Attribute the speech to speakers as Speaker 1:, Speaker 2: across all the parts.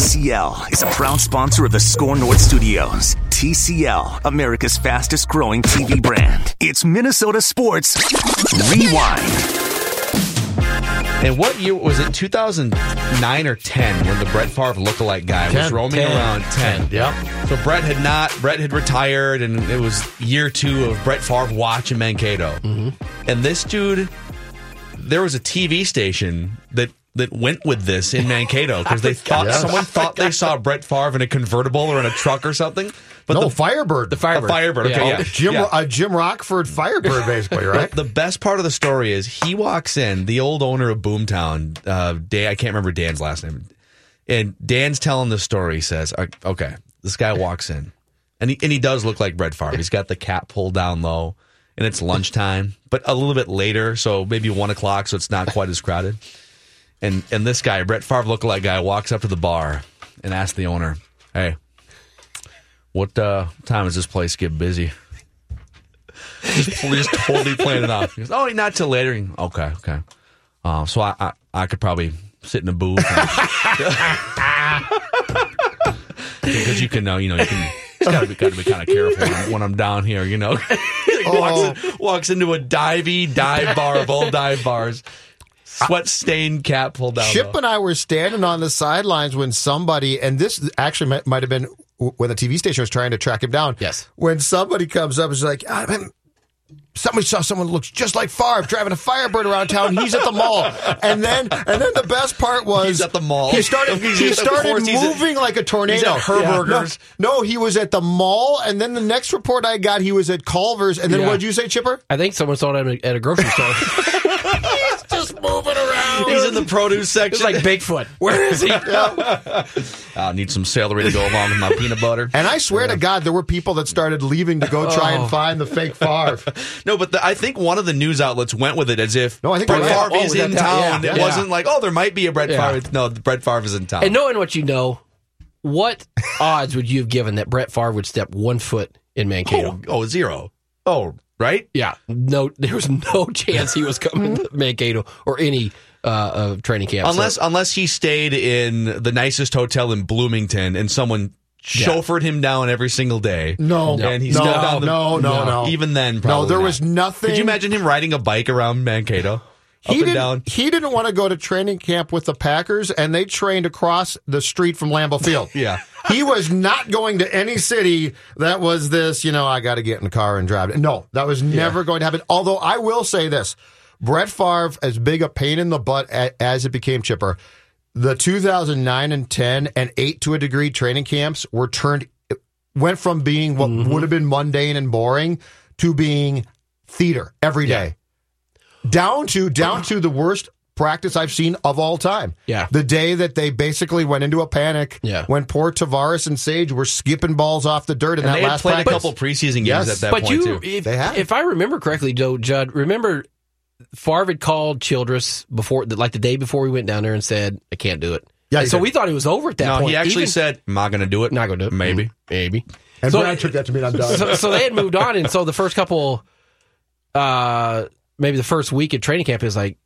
Speaker 1: TCL is a proud sponsor of the Score North Studios. TCL, America's fastest growing TV brand. It's Minnesota Sports Rewind.
Speaker 2: And what year was it? 2009 or 10 when the Brett Favre lookalike guy was
Speaker 3: 10,
Speaker 2: roaming
Speaker 3: 10,
Speaker 2: around 10.
Speaker 3: 10, yep.
Speaker 2: So Brett had not Brett had retired and it was year 2 of Brett Favre watching Mankato. And this dude there was a TV station that that went with this in Mankato because they thought
Speaker 3: Yes.
Speaker 2: someone thought they saw Brett Favre in a convertible or in a truck or something. But
Speaker 3: no,
Speaker 2: the
Speaker 3: Firebird. The
Speaker 2: Firebird. Firebird. Okay, yeah.
Speaker 3: Jim,
Speaker 2: Yeah.
Speaker 3: uh, Jim Rockford Firebird, basically, right?
Speaker 2: The best part of the story is he walks in, the old owner of Boomtown, uh, Dan, I can't remember Dan's last name, and Dan's telling the story. He says, "Uh, "Okay, this guy walks in, and he and he does look like Brett Favre. He's got the cap pulled down low, and it's lunchtime, but a little bit later, so maybe one o'clock, so it's not quite as crowded." And and this guy, Brett Favre lookalike guy, walks up to the bar and asks the owner, "Hey, what uh, time does this place get busy?" just, we're just totally playing it off. He goes, oh, not till later. And, Okay, okay. Uh, so I, I, I could probably sit in a booth. because you can, uh, you know, you can. It's gotta be, gotta be kind of careful when, when I'm down here, you know. He
Speaker 3: Oh.
Speaker 2: walks, walks into a divey dive bar of all dive bars, sweat stained cap pulled down.
Speaker 3: Chip and I were standing on the sidelines when somebody, and this actually might, might have been when the TV station was trying to track him down.
Speaker 4: Yes.
Speaker 3: When somebody comes up and is like, "Ah, man, somebody saw someone who looks just like Favre driving a Firebird around town. He's at the mall. And then and then the best part was
Speaker 2: He's at the mall.
Speaker 3: He started,
Speaker 2: He's
Speaker 3: he
Speaker 2: at the
Speaker 3: started
Speaker 2: force. He's at-
Speaker 3: moving like a tornado.
Speaker 2: he's at Herberger's.
Speaker 3: No, no, he was at the mall. And then the next report I got, he was at Culver's. And then
Speaker 4: Yeah.
Speaker 3: what did you say, Chipper?
Speaker 4: I think someone saw him at a grocery store.
Speaker 2: He's in the produce
Speaker 4: It's
Speaker 2: section.
Speaker 4: like Bigfoot. Where is he?
Speaker 2: I need some celery to go along with my peanut butter.
Speaker 3: And I swear to God, there were people that started leaving to go try
Speaker 2: Oh.
Speaker 3: and find the fake Favre.
Speaker 2: No, but the, I think one of the news outlets went with it as if
Speaker 3: No, I think
Speaker 2: Brett
Speaker 3: they went-
Speaker 2: Favre
Speaker 4: oh,
Speaker 2: is
Speaker 4: that-
Speaker 2: in
Speaker 4: that-
Speaker 2: town.
Speaker 4: yeah,
Speaker 2: It
Speaker 4: yeah.
Speaker 2: wasn't like, oh, there might be a Brett
Speaker 4: Yeah.
Speaker 2: Favre. No, Brett Favre is in town.
Speaker 4: And knowing what you know, what odds would you have given that Brett Favre would step one foot in Mankato?
Speaker 2: oh, oh, zero. Oh, right?
Speaker 4: Yeah, no, there was no chance he was coming to Mankato or any uh, uh, training camp. So-
Speaker 2: Unless unless he stayed in the nicest hotel in Bloomington and someone chauffeured him down every single day.
Speaker 3: No,
Speaker 2: And he's
Speaker 3: no,
Speaker 2: not down the-
Speaker 3: no, no, no.
Speaker 2: Even then,
Speaker 3: no,
Speaker 2: probably
Speaker 3: there
Speaker 2: not.
Speaker 3: was nothing.
Speaker 2: Could you imagine him riding a bike around Mankato? Up
Speaker 3: He
Speaker 2: and
Speaker 3: didn't,
Speaker 2: down.
Speaker 3: he didn't want to go to training camp with the Packers, and they trained across the street from Lambeau Field.
Speaker 2: Yeah.
Speaker 3: he was not going to any city that was this. You know, I got to get in the car and drive. No, that was never going to happen. Although I will say this: Brett Favre, as big a pain in the butt a, as it became Chipper, the 2009 and 10 and eight to a degree training camps were turned went from being what would have been mundane and boring to being theater every day down to down to the worst practice I've seen of all time.
Speaker 4: Yeah.
Speaker 3: The day that they basically went into a panic
Speaker 4: Yeah.
Speaker 3: when poor Tavares and Sage were skipping balls off the dirt in
Speaker 2: And
Speaker 3: that
Speaker 2: they had
Speaker 3: last
Speaker 2: played
Speaker 3: practice.
Speaker 2: a couple preseason games
Speaker 3: Yes.
Speaker 2: at that
Speaker 4: but
Speaker 2: point,
Speaker 4: you, e-
Speaker 2: too.
Speaker 4: if,
Speaker 3: They have.
Speaker 4: if I remember correctly, though, Judd, remember Favre had called Childress before, like the day before we went down there, and said, "I can't do it."
Speaker 3: Yeah, he
Speaker 4: And so
Speaker 3: did.
Speaker 4: we thought he was over at that
Speaker 2: No,
Speaker 4: point.
Speaker 2: he actually
Speaker 4: Even-
Speaker 2: said, am I going to do it?
Speaker 4: "Not going to do it." Mm-hmm.
Speaker 2: Maybe.
Speaker 4: maybe."
Speaker 3: and
Speaker 4: So-
Speaker 3: Brian took that to mean I'm done.
Speaker 4: so, so they had moved on, and so the first couple, uh, maybe the first week at training camp is like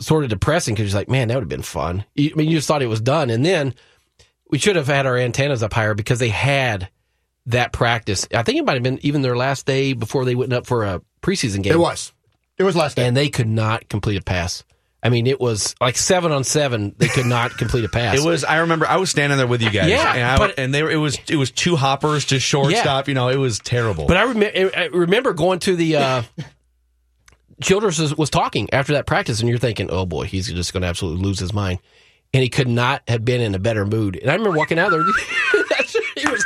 Speaker 4: sort of depressing because you're like, man, that would have been fun. You, I mean, you just thought it was done, and then we should have had our antennas up higher because they had that practice. I think it might have been even their last day before they went up for a preseason game
Speaker 3: it was. It was last day.
Speaker 4: and they could not complete a pass. I mean, it was like seven on seven. They could not complete a pass.
Speaker 2: It was. I remember. I was standing there with you guys.
Speaker 4: Yeah,
Speaker 2: and, I,
Speaker 4: but-
Speaker 2: and they were. It was. It was two hoppers to shortstop. You know, it was terrible.
Speaker 4: But I, remem- I remember going to the. Uh, Childress was, was talking after that practice, and you're thinking, oh boy, he's just going to absolutely lose his mind. And he could not have been in a better mood. And I remember walking out there. that's- he was,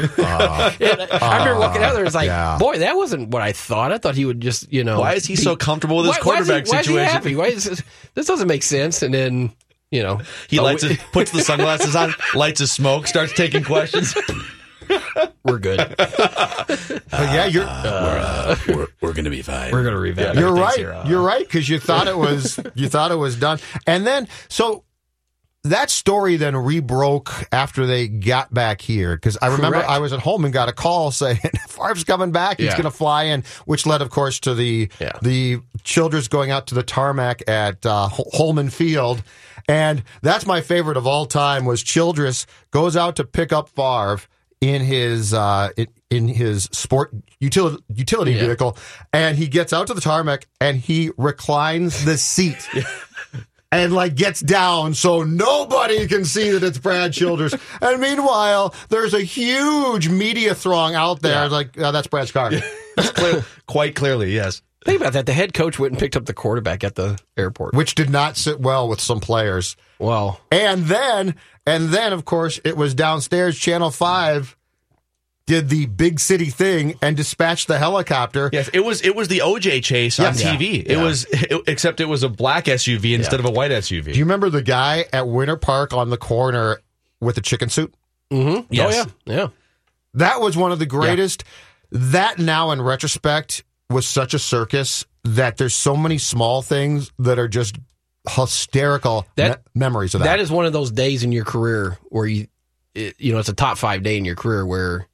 Speaker 4: And I remember walking out there. It's like,
Speaker 3: yeah.
Speaker 4: boy, that wasn't what I thought. I thought he would just, you know.
Speaker 2: why is he so comfortable with his
Speaker 4: why- why is he-
Speaker 2: quarterback
Speaker 4: why is he
Speaker 2: situation?
Speaker 4: happy? Why is this, this doesn't make sense. And then, you know,
Speaker 2: He
Speaker 4: oh,
Speaker 2: lights
Speaker 4: we-
Speaker 2: his, puts the sunglasses on, lights his smoke, starts taking questions.
Speaker 4: We're good.
Speaker 3: But yeah, you're
Speaker 2: uh, we're we're gonna be fine.
Speaker 4: We're going to revisit.
Speaker 2: uh,
Speaker 3: you're right. You're right because you thought it was you thought it was done. And then so that story then rebroke after they got back here because I remember
Speaker 4: Correct.
Speaker 3: I was at home and got a call saying Favre's coming back. He's
Speaker 4: Yeah.
Speaker 3: going to fly in, which led, of course, to the
Speaker 4: Yeah.
Speaker 3: the Childress going out to the tarmac at uh, Hol- Holman Field, and that's my favorite of all time was Childress goes out to pick up Favre in his uh, in, in his sport utility utility
Speaker 4: Yeah.
Speaker 3: vehicle, and he gets out to the tarmac and he reclines the seat and like gets down so nobody can see that it's Brad Childers. and meanwhile, there's a huge media throng out there like oh, that's Brad's car.
Speaker 2: Clear- quite clearly, yes.
Speaker 4: Think about that. The head coach went and picked up the quarterback at the airport.
Speaker 3: Which did not sit well with some players.
Speaker 4: Well,
Speaker 3: And then and then of course it was downstairs channel 5 did the big city thing and dispatched the helicopter.
Speaker 2: Yes, it was it was the OJ chase on
Speaker 3: Yes.
Speaker 2: TV. It was it, except it was a black SUV instead of a white SUV.
Speaker 3: Do you remember the guy at Winter Park on the corner with the chicken suit?
Speaker 4: mm-hmm.
Speaker 2: Yes.
Speaker 4: oh yeah, yeah.
Speaker 3: That was one of the greatest. That now, in retrospect, was such a circus that there's so many small things that are just hysterical
Speaker 4: That-
Speaker 3: me- memories of that.
Speaker 4: That is one of those days in your career where you, it, you know, it's a top five day in your career where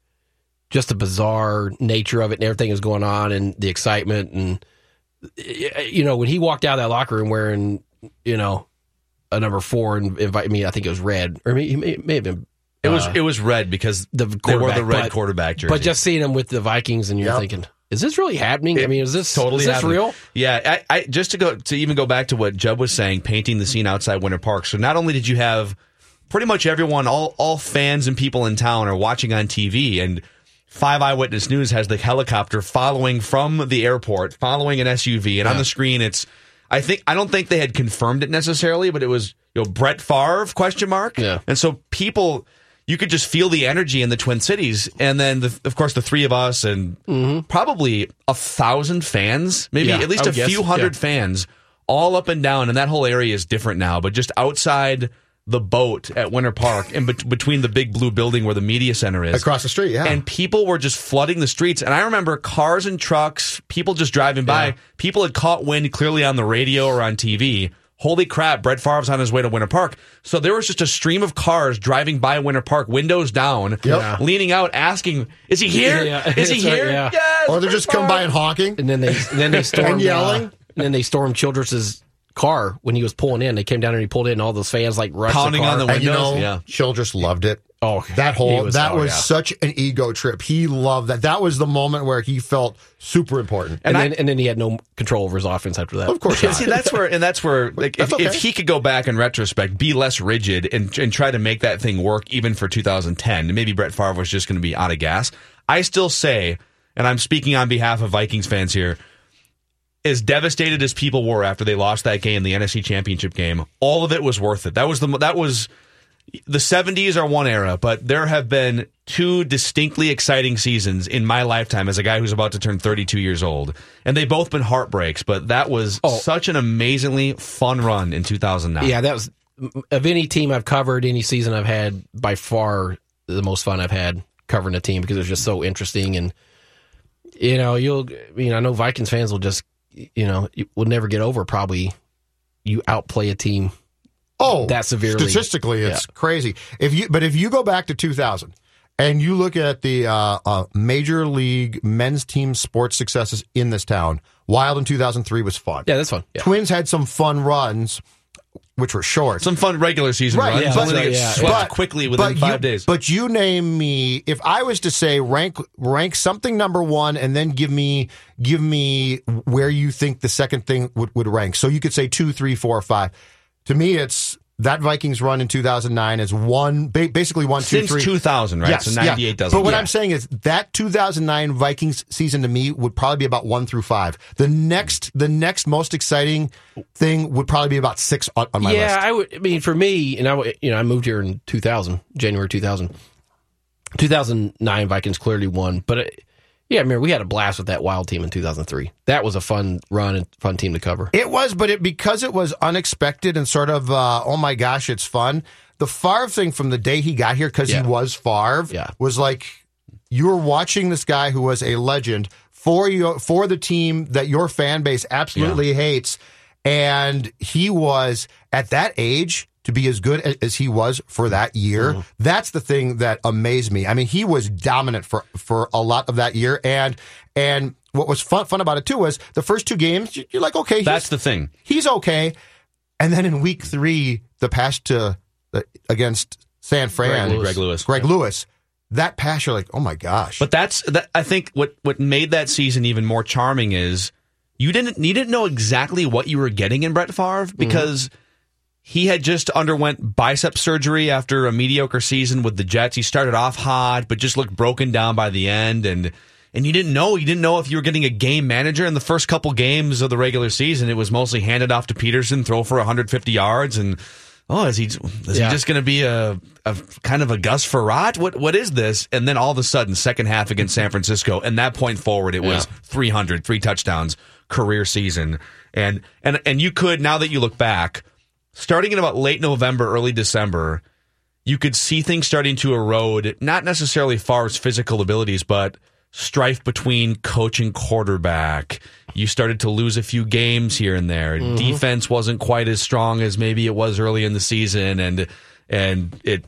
Speaker 4: just the bizarre nature of it and everything is going on and the excitement and y- you know when he walked out of that locker room wearing you know a number four and invite me, I think it was red or it may, it may have been
Speaker 2: it was
Speaker 4: uh,
Speaker 2: it was red because
Speaker 4: the
Speaker 2: they wore
Speaker 4: quarterback,
Speaker 2: the red
Speaker 4: but,
Speaker 2: quarterback jersey.
Speaker 4: but just seeing him with the Vikings and you're
Speaker 3: Yep.
Speaker 4: thinking, is this really happening? I mean, is this
Speaker 2: totally
Speaker 4: totally is this
Speaker 2: happened.
Speaker 4: real?
Speaker 2: Yeah, I, I just to go to even go back to what Jeb was saying, painting the scene outside Winter Park. So not only did you have pretty much everyone, all all fans and people in town are watching on TV, and Five Eyewitness News has the helicopter following from the airport, following an SUV, and on the screen it's. I think I don't think they had confirmed it necessarily, but it was you know Brett Favre question mark.
Speaker 4: Yeah.
Speaker 2: And so people, you could just feel the energy in the Twin Cities, and then the, of course the three of us and probably a thousand fans, maybe
Speaker 4: Yeah,
Speaker 2: at least
Speaker 4: I
Speaker 2: a
Speaker 4: would guess,
Speaker 2: few hundred
Speaker 4: yeah.
Speaker 2: fans, all up and down, and that whole area is different now. But just outside the boat at Winter Park, and bet between the big blue building where the media center is,
Speaker 3: Across the street, yeah.
Speaker 2: and people were just flooding the streets. And I remember cars and trucks, people just driving by. People had caught wind clearly on the radio or on TV. Holy crap, Brett Favre's on his way to Winter Park. So there was just a stream of cars driving by Winter Park, windows down,
Speaker 3: Yeah.
Speaker 2: leaning out, asking, Is he here?
Speaker 4: Yeah, yeah.
Speaker 2: Is he
Speaker 4: That's right,
Speaker 2: here?
Speaker 4: yeah.
Speaker 2: Yes,
Speaker 3: or they're
Speaker 2: Brett
Speaker 3: just come
Speaker 2: Favre."
Speaker 3: by and honking.
Speaker 4: And then they then they stormed
Speaker 3: And yelling.
Speaker 4: uh, and then they stormed Childress's car when he was pulling in. They came down and he pulled in. All those fans like rushed
Speaker 2: Pounding
Speaker 4: the car.
Speaker 2: on the
Speaker 3: And you
Speaker 2: windows,
Speaker 3: know,
Speaker 2: yeah.
Speaker 3: Childress loved it.
Speaker 4: Oh,
Speaker 3: That
Speaker 4: he
Speaker 3: whole
Speaker 4: was-
Speaker 3: that
Speaker 4: oh,
Speaker 3: was
Speaker 4: yeah.
Speaker 3: such an ego trip. He loved that. That was the moment where he felt super important.
Speaker 2: And
Speaker 4: and,
Speaker 2: I-
Speaker 4: then and then he had no control over his offense after that.
Speaker 3: Of course
Speaker 2: Yeah,
Speaker 3: not.
Speaker 2: see, that's where, and that's where, like,
Speaker 3: That's
Speaker 2: if, if
Speaker 3: okay.
Speaker 2: he could go back in retrospect, be less rigid and and try to make that thing work, even for 2010, maybe Brett Favre was just going to be out of gas. I still say, and I'm speaking on behalf of Vikings fans here, as devastated as people were after they lost that game, the NFC Championship game, all of it was worth it. That was the mo- that was the 70s are one era, but there have been two distinctly exciting seasons in my lifetime as a guy who's about to turn 32 years old. And they've both been heartbreaks, but that was
Speaker 3: Oh.
Speaker 2: such an amazingly fun run in 2009.
Speaker 4: Yeah, that was of any team I've covered, any season I've had, by far the most fun I've had covering a team because it was just so interesting. And you know, you'll, you know, I know Vikings fans will just, you know, you- will never get over probably you outplay a team.
Speaker 3: Oh,
Speaker 4: that severely.
Speaker 3: Statistically, it's crazy. If you, but if you go back to 2000 and you look at the uh, uh, major league men's team sports successes in this town, Wild in 2003 was fun.
Speaker 4: Yeah, that's fun. Yeah.
Speaker 3: Twins had some fun runs, which were short.
Speaker 2: Some fun regular season
Speaker 3: Right,
Speaker 2: runs.
Speaker 3: yeah,
Speaker 2: only
Speaker 3: that's
Speaker 2: they
Speaker 4: right,
Speaker 2: get
Speaker 4: yeah,
Speaker 2: swept
Speaker 4: yeah.
Speaker 2: Uh, quickly within
Speaker 3: but
Speaker 2: five
Speaker 3: you,
Speaker 2: days.
Speaker 3: But you name me if I was to say rank rank something number one, and then give me give me where you think the second thing would, would rank. So you could say two, three, four, five. To me, it's that Vikings run in 2009 is one ba- basically one, two,
Speaker 2: Since
Speaker 3: three.
Speaker 2: 2000, right?
Speaker 3: Yes,
Speaker 2: so
Speaker 3: yeah.
Speaker 2: 98 doesn't.
Speaker 3: But what
Speaker 2: yeah.
Speaker 3: I'm saying is that 2009 Vikings season to me would probably be about one through five. The next, the next most exciting thing would probably be about six on, on my
Speaker 4: yeah,
Speaker 3: list.
Speaker 4: I would. I mean, for me, and I, would- you know, I moved here in 2000, January 2000. 2009 Vikings clearly won, but it, yeah, I mean, we had a blast with that wild team in 2003. That was a fun run and fun team to cover.
Speaker 3: It was, but it because it was unexpected and sort of uh, oh my gosh, it's fun. The Favre thing from the day he got here because
Speaker 4: Yeah.
Speaker 3: he was Favre
Speaker 4: Yeah.
Speaker 3: was like you were watching this guy who was a legend for your for the team that your fan base absolutely hates, and he was at that age. to be as good a- as he was for that year.
Speaker 4: Mm-hmm.
Speaker 3: That's the thing that amazed me. I mean, he was dominant for for a lot of that year, and and what was fun fun about it too was the first two games. you- You're like, okay, he's-
Speaker 2: That's the thing.
Speaker 3: he's okay. And then in week three, the pass to uh, against San Fran,
Speaker 2: Greg Lewis. Greg Lewis.
Speaker 3: Greg Lewis, that pass, you're like, oh my gosh.
Speaker 2: But that's that, I think what what made that season even more charming is you didn't you didn't know exactly what you were getting in Brett Favre
Speaker 3: Mm-hmm.
Speaker 2: because he had just underwent bicep surgery after a mediocre season with the Jets. He started off hot, but just looked broken down by the end and. And you didn't know. You didn't know if you were getting a game manager in the first couple games of the regular season. It was mostly handed off to Peterson, throw for 150 yards, and oh, is he is
Speaker 4: Yeah.
Speaker 2: he just going to be a, a kind of a Gus Ferrat? What what is this? And then all of a sudden, second half against San Francisco, and that point forward, it was 300, three touchdowns, career season, and and and you could now that you look back, starting in about late November, early December, you could see things starting to erode, not necessarily Favre's physical abilities, but strife between coach and quarterback. You started to lose a few games here and there. Defense wasn't quite as strong as maybe it was early in the season, and and it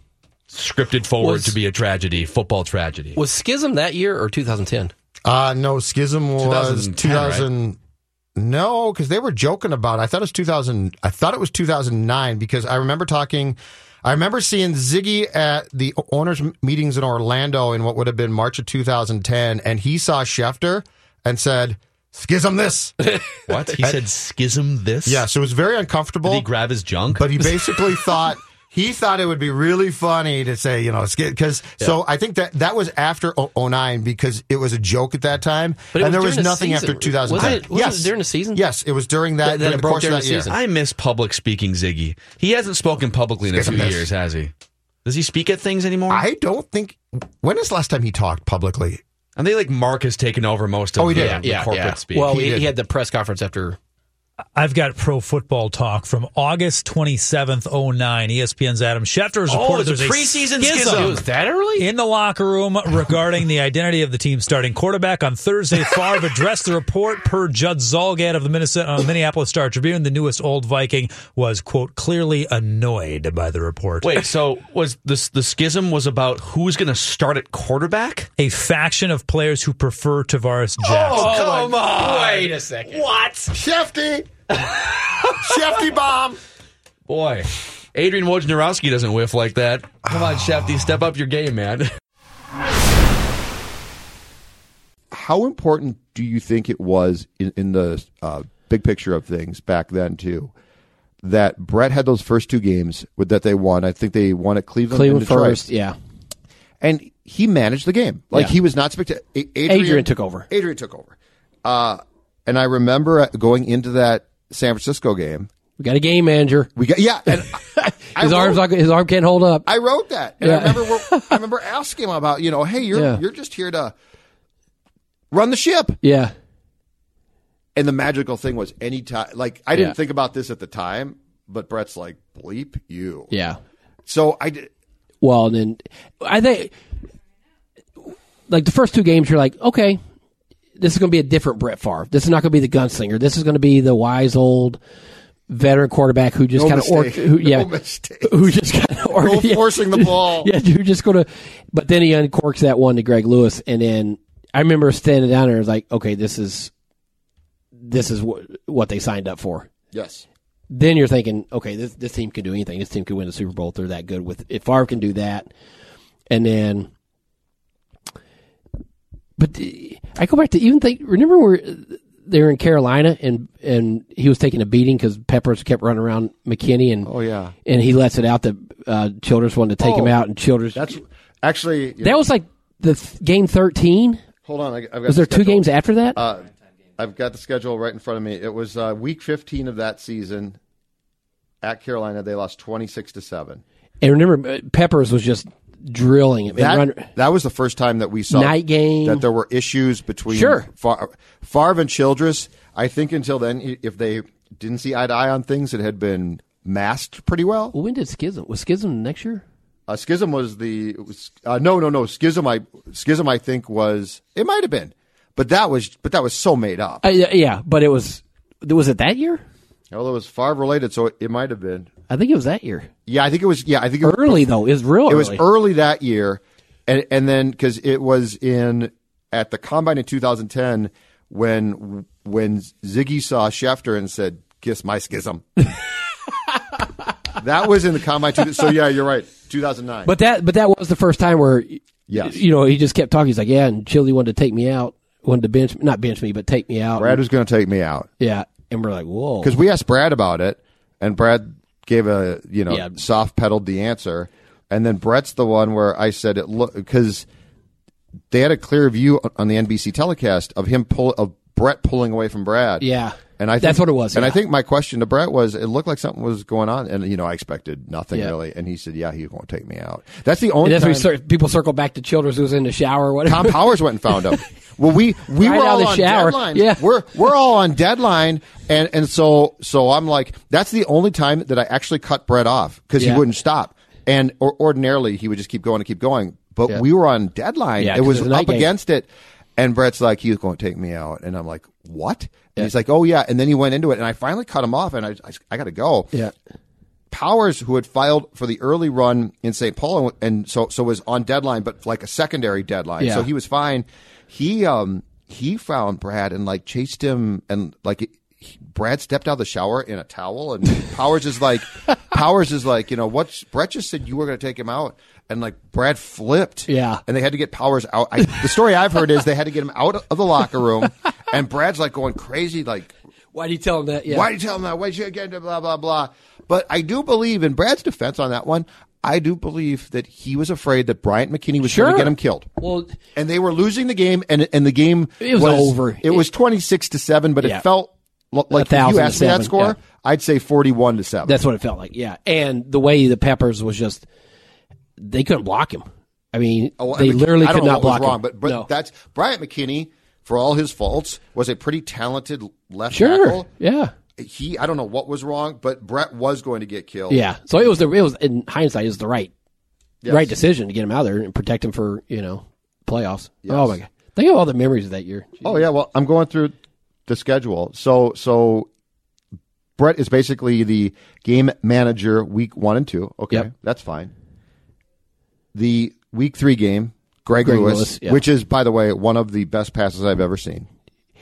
Speaker 2: scripted forward
Speaker 4: Was-
Speaker 2: to be a tragedy, football tragedy.
Speaker 4: Was Schism that year or 2010?
Speaker 3: uh, no, Schism was
Speaker 2: 2010,
Speaker 3: 2000. No, because they were joking about. It. I thought it was 2000. I thought it was 2009 because I remember talking. I remember seeing Ziggy at the owners' meetings in Orlando in what would have been March of 2010, and he saw Schefter and said, "Schism this."
Speaker 2: what he said? Schism this?
Speaker 3: yeah, so it was very uncomfortable.
Speaker 2: Did he grab his junk?
Speaker 3: but he basically thought he thought it would be really funny to say you know because so I think that that was after o- 09 because it was a joke at that time
Speaker 4: But it
Speaker 3: and
Speaker 4: was
Speaker 3: there was
Speaker 4: during the
Speaker 3: nothing
Speaker 4: season.
Speaker 3: after 2009.
Speaker 4: Wasn't it- wasn't it during the season?
Speaker 3: Yes, it was during that.
Speaker 4: Th- then
Speaker 3: during
Speaker 4: it
Speaker 3: the
Speaker 4: broke
Speaker 3: course of
Speaker 4: during
Speaker 3: that
Speaker 4: the
Speaker 3: year.
Speaker 4: season.
Speaker 2: I miss public speaking, Ziggy. He hasn't spoken publicly in a few
Speaker 3: Schism this.
Speaker 2: years, has he? Does he speak at things anymore?
Speaker 3: I don't think when is the last time he talked publicly.
Speaker 2: And they like Mark has taken over most of
Speaker 3: Oh, he
Speaker 2: the,
Speaker 3: did.
Speaker 2: the corporate speak.
Speaker 4: Well,
Speaker 3: He
Speaker 4: he,
Speaker 3: did.
Speaker 4: he had the press conference after.
Speaker 5: I've got pro football talk from August oh 27th, 09. ESPN's Adam Schefter has reported
Speaker 2: Oh, it's a
Speaker 5: there's
Speaker 2: preseason
Speaker 4: It
Speaker 2: schism.
Speaker 4: was that early?
Speaker 5: in the locker room regarding the identity of the team's starting quarterback. On Thursday, Favre addressed the report per Judd Zolgad of the Minnesota, uh, Minneapolis Star Tribune. The newest old Viking was, quote, clearly annoyed by the report.
Speaker 2: Wait, so was this the schism was about who's going to start at quarterback?
Speaker 5: A faction of players who prefer Tavares Jackson.
Speaker 2: come on,
Speaker 4: Wait a second.
Speaker 2: what
Speaker 3: Shefty, Shefty bomb.
Speaker 2: boy? Adrian Wojnarowski doesn't whiff like that. Come on, Shefty, step up your game, man.
Speaker 6: how important do you think it was in, in the uh, big picture of things back then too that Brett had those first two games with that they won? I think they won at Cleveland,
Speaker 7: Cleveland
Speaker 6: and Detroit.
Speaker 7: first, yeah.
Speaker 6: and he managed the game like
Speaker 7: Yeah.
Speaker 6: he was not spectacular. Adrian,
Speaker 7: Adrian took over.
Speaker 6: Adrian took over, uh, and I remember going into that San Francisco game.
Speaker 7: We got a game manager.
Speaker 6: We got yeah, and I- I
Speaker 7: His arms,
Speaker 6: wrote-
Speaker 7: not, his arm can't hold up.
Speaker 6: I wrote that, and I
Speaker 7: Yeah.
Speaker 6: remember we're- I remember asking him about you know, hey, you're
Speaker 7: Yeah.
Speaker 6: you're just here to run the ship.
Speaker 7: yeah,
Speaker 6: And the magical thing was any time, like I didn't
Speaker 7: Yeah.
Speaker 6: think about this at the time, but Brett's like, bleep you.
Speaker 7: yeah.
Speaker 6: So I did.
Speaker 7: Well, and then I think like the first two games, you're like, okay, this is going to be a different Brett Favre. This is not going to be the gunslinger. This is going to be the wise old veteran quarterback who just
Speaker 6: No
Speaker 7: kind of or,
Speaker 6: mistake.
Speaker 7: who, yeah,
Speaker 6: No mistakes.
Speaker 7: who just kind of or,
Speaker 6: No
Speaker 7: yeah.
Speaker 6: forcing the ball.
Speaker 7: Yeah, you're just going to. But then he uncorks that one to Greg Lewis, and then I remember standing down there and was like, okay, this is this is what what they signed up for.
Speaker 6: Yes.
Speaker 7: then you're thinking, okay, this this team can do anything. This team could win the Super Bowl. If they're that good. With if Favre can do that, and then, but the, I go back to even think. Remember where they were in Carolina and and he was taking a beating because Peppers kept running around McKinney and
Speaker 6: Oh, yeah.
Speaker 7: and he lets it out that uh, Childers wanted to take him
Speaker 6: Oh,
Speaker 7: out and Childers
Speaker 6: That's actually,
Speaker 7: that was like the th- game thirteen.
Speaker 6: hold on. I, I've got
Speaker 7: Was
Speaker 6: the
Speaker 7: there two
Speaker 6: schedule.
Speaker 7: games after that?
Speaker 6: Uh, I've got the schedule right in front of me. It was uh, week 15 of that season at Carolina. They lost 26 to 7.
Speaker 7: and remember, uh, Peppers was just drilling him. and run-
Speaker 6: That, that was the first time that we saw
Speaker 7: Night game.
Speaker 6: that there were issues between
Speaker 7: Sure.
Speaker 6: Favre, Favre and Childress. I think until then, if they didn't see eye to eye on things, it had been masked pretty well.
Speaker 7: when did Schism? Was Schism next year?
Speaker 6: Uh, Schism was the it was, uh, no, no, no. Schism, I Schism, I think was it might have been, but that was but that was so made up.
Speaker 7: Uh, yeah, yeah, but it was was it that year?
Speaker 6: Although it was Favre related, so it might have been.
Speaker 7: I think it was that year.
Speaker 6: Yeah, I think it was. Yeah, I think it was
Speaker 7: Early though, it was real.
Speaker 6: It was early that year, and and then because it was in at the combine in 2010 when when Ziggy saw Schefter and said, "Kiss my schism." that was in the combine. Two, so yeah, you're right. 2009.
Speaker 7: But that but that was the first time where
Speaker 6: Yes.
Speaker 7: you know, he just kept talking. He's like, Yeah, and Chili wanted to take me out, wanted to bench not bench me, but take me out.
Speaker 6: Brad was going to take me out
Speaker 7: yeah. And we're like, Whoa.
Speaker 6: because we asked Brad about it, and Brad gave a you know
Speaker 7: Yeah.
Speaker 6: soft pedaled the answer, and then Brett's the one where I said it look because they had a clear view on the NBC telecast of him pull of Brett pulling away from Brad.
Speaker 7: Yeah.
Speaker 6: And I think,
Speaker 7: That's what it was,
Speaker 6: And I
Speaker 7: yeah.
Speaker 6: think my question to Brett was, it looked like something was going on, and you know I expected nothing
Speaker 7: Yeah.
Speaker 6: really, and he said, "Yeah, he's going to take me out." That's the only
Speaker 7: and that's
Speaker 6: time
Speaker 7: when we cir- people circle back to Childers who was in the shower or whatever.
Speaker 6: Tom Powers went and found him. Well, we we
Speaker 7: Right
Speaker 6: were
Speaker 7: out
Speaker 6: all
Speaker 7: of the
Speaker 6: on
Speaker 7: shower.
Speaker 6: deadline.
Speaker 7: Yeah.
Speaker 6: we're we're all on deadline, and and so so I'm like, that's the only time that I actually cut Brett off because
Speaker 7: Yeah.
Speaker 6: he wouldn't stop, and or, ordinarily he would just keep going and keep going, but
Speaker 7: Yeah.
Speaker 6: we were on deadline.
Speaker 7: Yeah,
Speaker 6: it
Speaker 7: 'cause
Speaker 6: was
Speaker 7: it was a night
Speaker 6: up
Speaker 7: game.
Speaker 6: against it, and Brett's like, he's going to take me out, and I'm like, what? And he's like, oh yeah, and then he went into it, and I finally cut him off, and I I, I got to go.
Speaker 7: yeah.
Speaker 6: Powers, who had filed for the early run in St. Paul, and so so was on deadline, but like a secondary deadline,
Speaker 7: Yeah.
Speaker 6: so he was fine. He um he found Brad and like chased him, and like it- he- Brad stepped out of the shower in a towel, and Powers is like Powers is like you know what Brett just said you were going to take him out, and like Brad flipped,
Speaker 7: Yeah.
Speaker 6: and they had to get Powers out. I, the story I've heard is they had to get him out of the locker room, and Brad's like going crazy, like
Speaker 7: Why do you tell him that? Yeah.
Speaker 6: why do you tell him that? Why'd you again? Blah blah blah. But I do believe in Brad's defense on that one. I do believe that he was afraid that Bryant McKinney was going
Speaker 7: Sure.
Speaker 6: to get him killed,
Speaker 7: Well
Speaker 6: and they were losing the game, and and the game
Speaker 7: It was over.
Speaker 6: It, was twenty six to seven, but
Speaker 7: Yeah.
Speaker 6: it felt l- like if you
Speaker 7: 1,000 to
Speaker 6: asked me
Speaker 7: seven,
Speaker 6: that score,
Speaker 7: yeah.
Speaker 6: I'd say forty one to seven.
Speaker 7: that's what it felt like. Yeah. And the way the Peppers was just they couldn't block him. I mean,
Speaker 6: Oh,
Speaker 7: they
Speaker 6: I mean,
Speaker 7: literally
Speaker 6: I don't
Speaker 7: could
Speaker 6: know what
Speaker 7: not
Speaker 6: was
Speaker 7: block
Speaker 6: wrong,
Speaker 7: him.
Speaker 6: But, but
Speaker 7: No.
Speaker 6: that's Bryant McKinney. For all his faults, was a pretty talented left
Speaker 7: sure.
Speaker 6: tackle.
Speaker 7: Yeah.
Speaker 6: He, I don't know what was wrong, but Brett was going to get killed.
Speaker 7: Yeah. So it was the it was in hindsight it was the right
Speaker 6: Yes.
Speaker 7: right decision to get him out of there and protect him for you know playoffs. Oh my god! Think of all the memories of that year.
Speaker 6: Oh yeah, well I'm going through the schedule. So so Brett is basically the game manager week one and two. Okay,
Speaker 7: Yep.
Speaker 6: that's fine. The week three game, Greg,
Speaker 7: Greg
Speaker 6: Lewis,
Speaker 7: Lewis, yeah.
Speaker 6: which is by the way one of the best passes I've ever seen.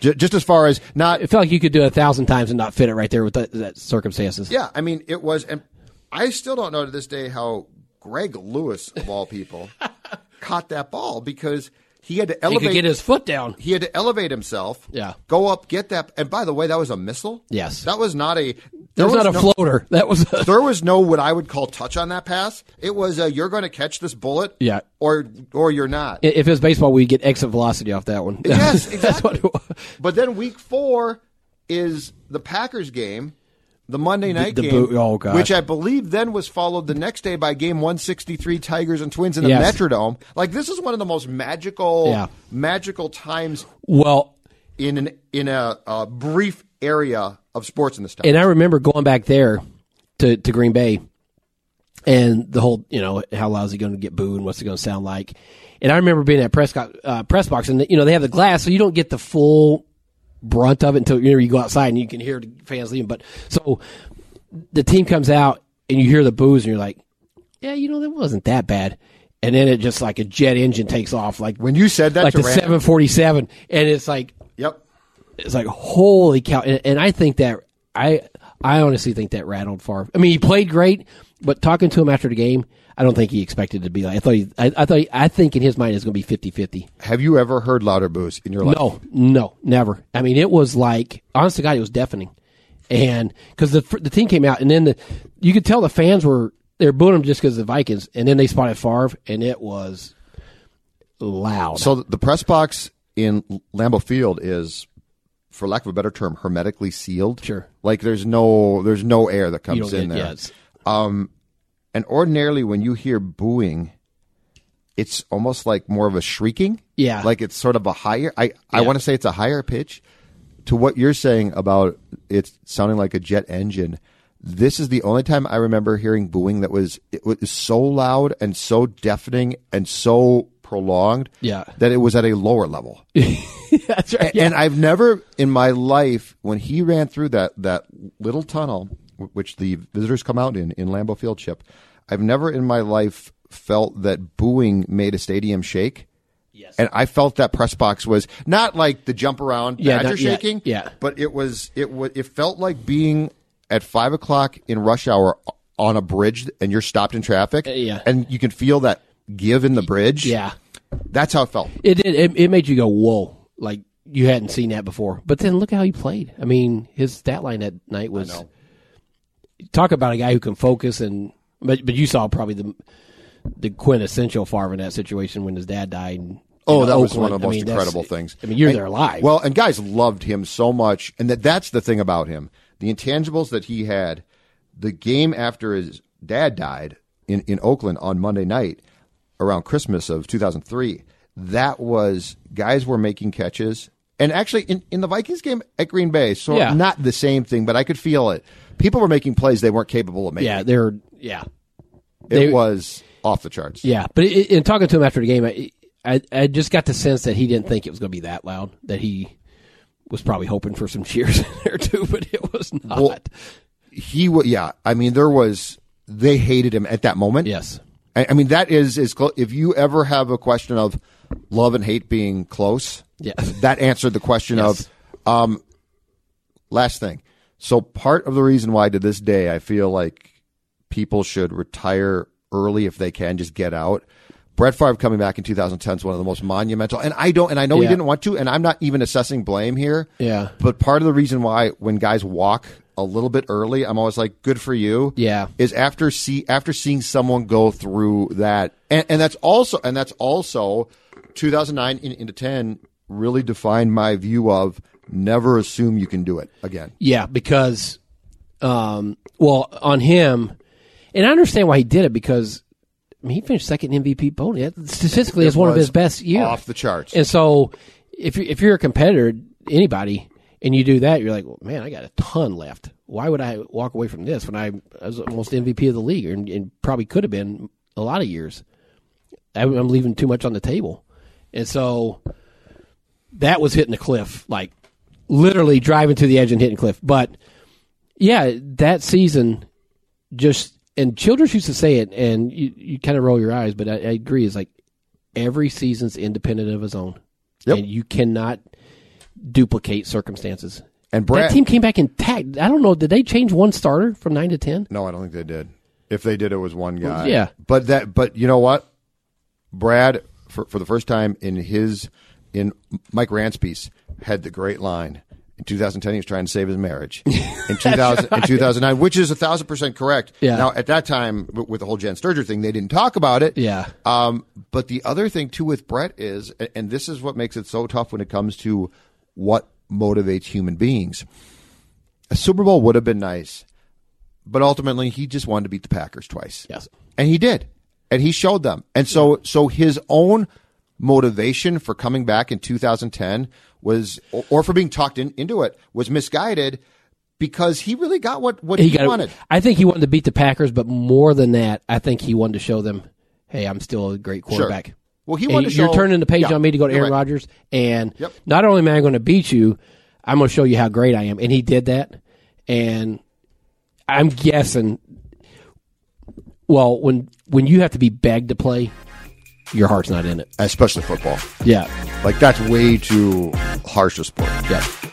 Speaker 6: J- just as far as not,
Speaker 7: It felt like you could do it a thousand times and not fit it right there with that, that circumstances.
Speaker 6: yeah, I mean it was, and I still don't know to this day how Greg Lewis of all people caught that ball because he had to
Speaker 7: he
Speaker 6: elevate
Speaker 7: could get his foot down.
Speaker 6: he had to elevate himself.
Speaker 7: Yeah.
Speaker 6: Go up, get that. And by the way, that was a missile.
Speaker 7: Yes.
Speaker 6: That was not a.
Speaker 7: That
Speaker 6: There
Speaker 7: was, not a
Speaker 6: no,
Speaker 7: floater. That was a,
Speaker 6: There was no what I would call touch on that pass. It was a, you're going to catch this bullet.
Speaker 7: Yeah.
Speaker 6: Or or you're not.
Speaker 7: if it was baseball, we'd get exit velocity off that one.
Speaker 6: yes, exactly.
Speaker 7: that's what. It was.
Speaker 6: But then week four is the Packers game. The Monday night
Speaker 7: the
Speaker 6: game,
Speaker 7: boot- oh, gosh.
Speaker 6: which I believe then was followed the next day by Game 163, Tigers and Twins in the
Speaker 7: Yes.
Speaker 6: Metrodome. Like this is one of the most magical,
Speaker 7: Yeah.
Speaker 6: magical times
Speaker 7: Well,
Speaker 6: in an, in a, a brief area of sports in this town.
Speaker 7: and I remember going back there to to Green Bay, and the whole you know how loud is he going to get booed and what's it going to sound like, and I remember being at press co- uh, press box and you know they have the glass so you don't get the full brunt of it until you know you go outside and you can hear the fans leaving. But so the team comes out and you hear the boos and you're like, yeah, you know that wasn't that bad, and then it just like a jet engine takes off like
Speaker 6: when you said that,
Speaker 7: like
Speaker 6: to
Speaker 7: the
Speaker 6: Rand-
Speaker 7: seven forty seven, and it's like
Speaker 6: Yep.
Speaker 7: it's like holy cow and, and i think that i i honestly think that rattled Favre. i mean he played great but talking to him after the game i don't think he expected to be like i thought he, I, I thought he, i think in his mind it's going to be 50-50
Speaker 6: Have you ever heard louder boos in your life?
Speaker 7: no no never i mean it was like honest to god it was deafening and because the the team came out and then the you could tell the fans were they're booing him just because of the vikings and then they spotted Favre, and it was loud
Speaker 6: So the press box in Lambeau Field is, for lack of a better term, hermetically sealed.
Speaker 7: Sure.
Speaker 6: Like there's no there's no air that
Speaker 7: you
Speaker 6: comes
Speaker 7: don't
Speaker 6: in
Speaker 7: get
Speaker 6: there.
Speaker 7: yeah, it's-
Speaker 6: And ordinarily, when you hear booing, it's almost like more of a shrieking.
Speaker 7: Yeah.
Speaker 6: Like it's sort of a higher. I, I want to say it's a higher pitch to what you're saying about it sounding like a jet engine. This is the only time I remember hearing booing that was it was so loud and so deafening and so prolonged
Speaker 7: Yeah.
Speaker 6: that it was at a lower level.
Speaker 7: That's right.
Speaker 6: And I've never in my life when he ran through that that little tunnel wh- which the visitors come out in in Lambeau Field chip, I've never in my life felt that booing made a stadium shake. Yes. And I felt that press box was not like the jump around
Speaker 7: Yeah,
Speaker 6: Badger
Speaker 7: that- yeah,
Speaker 6: shaking,
Speaker 7: yeah.
Speaker 6: but it was it was it felt like being at five o'clock in rush hour on a bridge and you're stopped in traffic,
Speaker 7: Uh, yeah.
Speaker 6: and you can feel that give in the bridge.
Speaker 7: Yeah.
Speaker 6: that's how it felt.
Speaker 7: It did. It, it made you go, whoa. Like, you hadn't seen that before. But then look how he played. I mean, his stat line that night was. Talk about a guy who can focus and. But, but you saw probably the the quintessential Favre in that situation when his dad died. in-
Speaker 6: Oh,
Speaker 7: in
Speaker 6: that was one
Speaker 7: Oakland.
Speaker 6: of the
Speaker 7: I
Speaker 6: most
Speaker 7: mean, that's-
Speaker 6: incredible things.
Speaker 7: I mean, you're
Speaker 6: And-
Speaker 7: there live.
Speaker 6: Well, and guys loved him so much, and that that's the thing about him: the intangibles that he had. The game after his dad died in in Oakland on Monday night, around Christmas of 2003, that was guys were making catches. And actually, in, in the Vikings game at Green Bay, so
Speaker 7: Yeah.
Speaker 6: not the same thing, but I could feel it. People were making plays they weren't capable of making.
Speaker 7: yeah, they're. Yeah.
Speaker 6: it was off the charts.
Speaker 7: Yeah, but i in talking to him after the game, I, I I just got the sense that he didn't think it was going to be that loud. That he was probably hoping for some cheers in there too, but it was not.
Speaker 6: Well, he was yeah i mean there was they hated him at that moment
Speaker 7: yes,
Speaker 6: i, I mean that is is clo- if you ever have a question of love and hate being close
Speaker 7: Yeah.
Speaker 6: that answered the question
Speaker 7: Yes.
Speaker 6: of um last thing so part of the reason why to this day i feel like people should retire early if they can just get out Brett Favre coming back in 2010 is one of the most monumental, and I don't, and I know he
Speaker 7: Yeah.
Speaker 6: didn't want to, and I'm not even assessing blame here.
Speaker 7: Yeah.
Speaker 6: But part of the reason why when guys walk a little bit early, I'm always like, good for you.
Speaker 7: Yeah.
Speaker 6: Is after see after seeing someone go through that and, and that's also and that's also 2009 in- into 10 really defined my view of never assume you can do it again.
Speaker 7: yeah, because um, well, on him, and I understand why he did it because I mean, he finished second in MVP voting. That Statistically, it's one of
Speaker 6: was
Speaker 7: his best years.
Speaker 6: Off the charts.
Speaker 7: And so, if you if you're a competitor, anybody, and you do that, you're like, well, man, I got a ton left. Why would I walk away from this when I, I was almost MVP of the league and, and probably could have been a lot of years? I, I'm leaving too much on the table, and so that was hitting the cliff, like literally driving to the edge and hitting cliff. But yeah, that season just and Childress used to say it, and you, you kind of roll your eyes, but I, I agree. It's like every season's independent of his own,
Speaker 6: Yep.
Speaker 7: and you cannot duplicate circumstances.
Speaker 6: and Brett
Speaker 7: that team came back intact. I don't know. Did they change one starter from nine to ten?
Speaker 6: No, I don't think they did. If they did, it was one guy.
Speaker 7: yeah.
Speaker 6: but that, but you know what, Brad, for for the first time in his in Mike Rant's piece, had the great line. In 2010, he was trying to save his marriage. In 2000, in 2009, which is a thousand percent correct.
Speaker 7: Yeah.
Speaker 6: Now, at that time, w- with the whole Jen Sturger thing, they didn't talk about it.
Speaker 7: Yeah.
Speaker 6: Um, but the other thing too with Brett is, a- and this is what makes it so tough when it comes to what motivates human beings. A Super Bowl would have been nice, but ultimately he just wanted to beat the Packers twice.
Speaker 7: Yes.
Speaker 6: And he did. And he showed them. And so so his own motivation for coming back in 2010 was or, or for being talked in, into it was misguided because he really got what what he,
Speaker 7: He got.
Speaker 6: wanted.
Speaker 7: Wanted. I think he wanted to beat the Packers, but more than that, I think he wanted to show them, "Hey, I'm still a great quarterback."
Speaker 6: Well, he
Speaker 7: And
Speaker 6: wanted to
Speaker 7: You're
Speaker 6: show-
Speaker 7: turning the page
Speaker 6: yeah,
Speaker 7: on me to go to
Speaker 6: you're
Speaker 7: Aaron
Speaker 6: right.
Speaker 7: Rodgers, and
Speaker 6: Yep.
Speaker 7: not only am I going to beat you, I'm going to show you how great I am. And he did that. And I'm guessing, well, when when you have to be begged to play, your heart's not in it.
Speaker 6: Especially football.
Speaker 7: Yeah,
Speaker 6: Like that's way too harsh a sport.
Speaker 7: yeah.